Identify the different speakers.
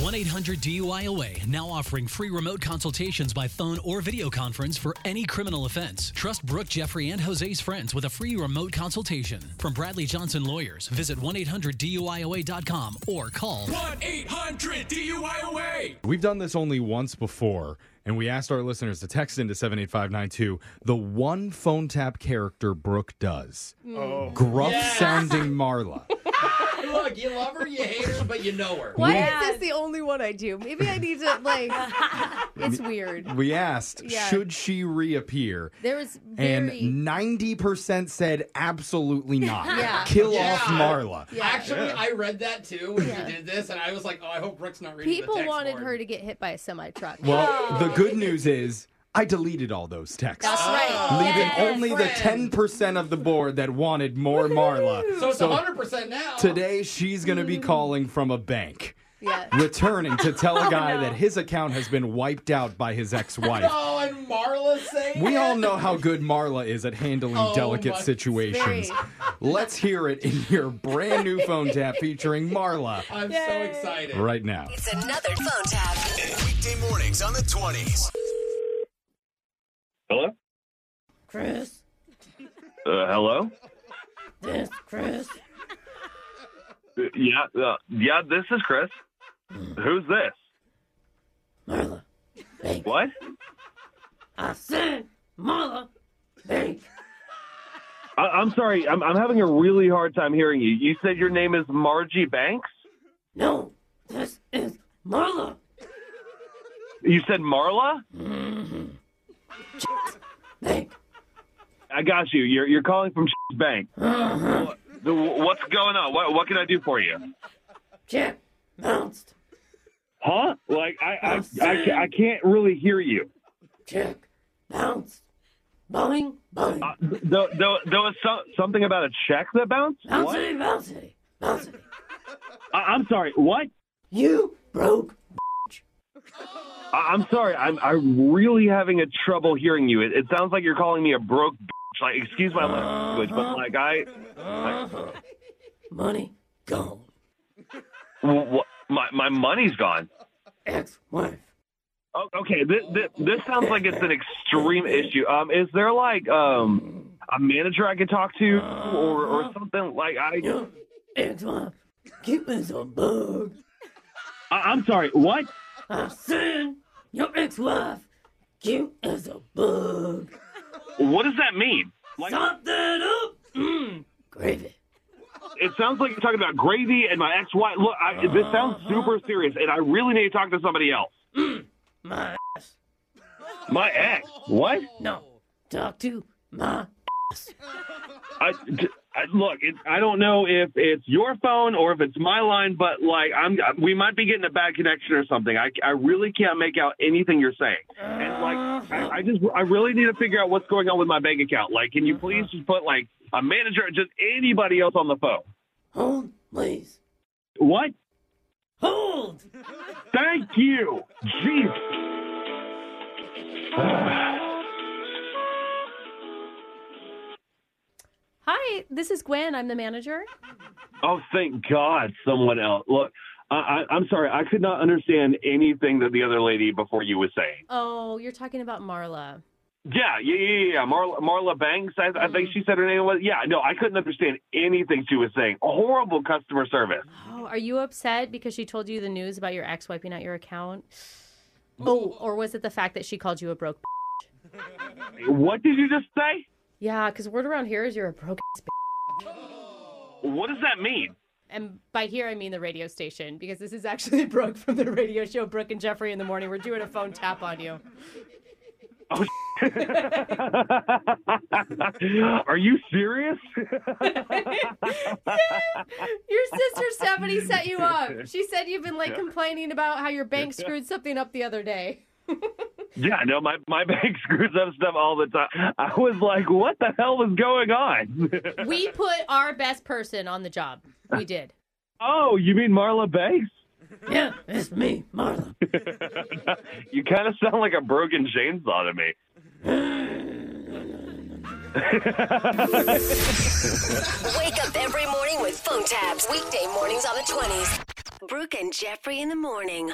Speaker 1: 1 800 DUIOA now offering free remote consultations by phone or video conference for any criminal offense. Trust Brooke, Jeffrey, and Jose's friends with a free remote consultation. From Bradley Johnson Lawyers, visit 1 800 DUIOA.com or call
Speaker 2: 1 800 DUIOA.
Speaker 3: We've done this only once before, and we asked our listeners to text into 78592 the one phone tap character Brooke does. Gruff sounding Marla.
Speaker 4: Look, you love her, you hate her, but you know her.
Speaker 5: Why
Speaker 6: Yeah.
Speaker 5: is this the only one I do? Maybe I need to like. it's weird.
Speaker 3: We asked,
Speaker 5: Yeah.
Speaker 3: should she reappear?
Speaker 5: There was
Speaker 3: And
Speaker 5: very.
Speaker 3: 90% said, absolutely not.
Speaker 5: Yeah.
Speaker 3: Kill
Speaker 4: Yeah.
Speaker 3: off Marla.
Speaker 5: yeah.
Speaker 4: Actually, I read that too when
Speaker 5: Yeah.
Speaker 4: you did this, and I was like, oh, I hope Brooke's not reading the
Speaker 5: People
Speaker 4: text
Speaker 5: wanted
Speaker 4: board.
Speaker 5: her to get hit by a semi truck.
Speaker 3: Well, the good news is I deleted all those texts.
Speaker 6: That's right.
Speaker 3: Leaving
Speaker 6: Yes.
Speaker 3: only the
Speaker 4: Friend.
Speaker 3: 10% of the board that wanted more Marla.
Speaker 4: So it's 100% now.
Speaker 3: Today, she's going to be calling from a bank,
Speaker 5: yeah.
Speaker 3: returning to tell
Speaker 4: Oh,
Speaker 3: a guy
Speaker 6: no.
Speaker 3: that his account has been wiped out by his ex wife.
Speaker 4: Oh, and Marla's saying
Speaker 3: We
Speaker 4: it?
Speaker 3: all know how good Marla is at handling
Speaker 4: Oh
Speaker 3: delicate
Speaker 4: my-
Speaker 3: situations.
Speaker 5: Very.
Speaker 3: Let's hear it in your brand new phone tap featuring Marla
Speaker 4: I'm so excited.
Speaker 3: right now.
Speaker 6: It's another phone tap.
Speaker 7: Weekday mornings on the 20s.
Speaker 8: Hello?
Speaker 5: Chris,
Speaker 8: Uh, hello?
Speaker 5: this Chris,
Speaker 8: Uh, Yeah, uh, yeah, this is Chris. Who's this?
Speaker 5: Marla,
Speaker 8: What?
Speaker 5: I said Marla, Bank.
Speaker 8: I- I'm sorry, I'm-, I'm having a really hard time hearing you. You said your name is Margie Banks?
Speaker 5: No, this is Marla.
Speaker 8: You said Marla?
Speaker 5: Bank.
Speaker 8: I got you. You're, you're calling from Bank. Wh- What's going on? What, what can I do for you?
Speaker 5: Check bounced.
Speaker 8: Huh? Like, I, I, I, ca- I can't really hear you.
Speaker 5: Check bounced. Boing, boing.
Speaker 8: Uh, th- there, there, there was so- something about a check that bounced? What?
Speaker 5: Bouncity, bouncity, bouncity.
Speaker 8: I- I'm sorry, what?
Speaker 5: You broke.
Speaker 8: I- I'm sorry. I'm I'm really having a trouble hearing you. It, it sounds like you're calling me a broke. Bitch. Like, excuse my language, but like I,
Speaker 5: Money gone.
Speaker 8: w- w- my my money's gone.
Speaker 5: Ex wife.
Speaker 8: O- Okay, this, this this sounds like it's an extreme issue. Um, is there like um a manager I could talk to or or something like I?
Speaker 5: Ex wife. Keep us a bug.
Speaker 8: I I'm sorry. What?
Speaker 5: I said your ex wife. Cute as a bug.
Speaker 8: What does that mean? Like,
Speaker 5: Top that up. Mmm. Gravy.
Speaker 8: it sounds like you're talking about gravy and my ex-wife. Look, I, this sounds super serious, and I really need to talk to somebody else.
Speaker 5: My ass.
Speaker 8: My ex? What?
Speaker 5: No. Talk to my.
Speaker 8: I, d- I- look, it, I don't know if it's your phone or if it's my line, but like I'm, we might be getting a bad connection or something. I, I really can't make out anything you're saying, and like I, I just, I really need to figure out what's going on with my bank account. Like, can you please just put like a manager, or just anybody else on the phone?
Speaker 5: Hold, please.
Speaker 8: What?
Speaker 5: Hold.
Speaker 8: Thank you, Jesus.
Speaker 9: Hi, this is Gwen. I'm the manager.
Speaker 8: Oh, thank God, someone else. Look, I, I, I'm sorry, I could not understand anything that the other lady before you was saying.
Speaker 9: Oh, you're talking about Marla.
Speaker 8: Yeah, yeah, yeah, yeah. Marla, Marla Banks, I, I think she said her name was. Yeah, no, I couldn't understand anything she was saying. Horrible customer service.
Speaker 9: Oh, are you upset because she told you the news about your ex wiping out your account? Oh, or was it the fact that she called you a broke? b-
Speaker 8: What did you just say?
Speaker 9: Yeah, because word around here is you're a broke. ass b-
Speaker 8: What does that mean?
Speaker 9: And by here I mean the radio station because this is actually Brooke from the radio show Brooke and Jeffrey in the morning. We're doing a phone tap on you.
Speaker 8: Are you serious?
Speaker 9: Your sister Stephanie set you up. She said you've been like complaining about how your bank screwed something up the other day.
Speaker 8: yeah, no, my my bank screws up stuff all the time. I was like, what the hell was going on?
Speaker 9: We put our best person on the job. We did.
Speaker 8: oh, you mean Marla Banks?
Speaker 5: Yeah, it's me, Marla.
Speaker 8: You kind of sound like a broken chainsaw to me.
Speaker 6: Wake up every morning with phone tabs. Weekday mornings on the 20s. Brooke and Jeffrey in the morning.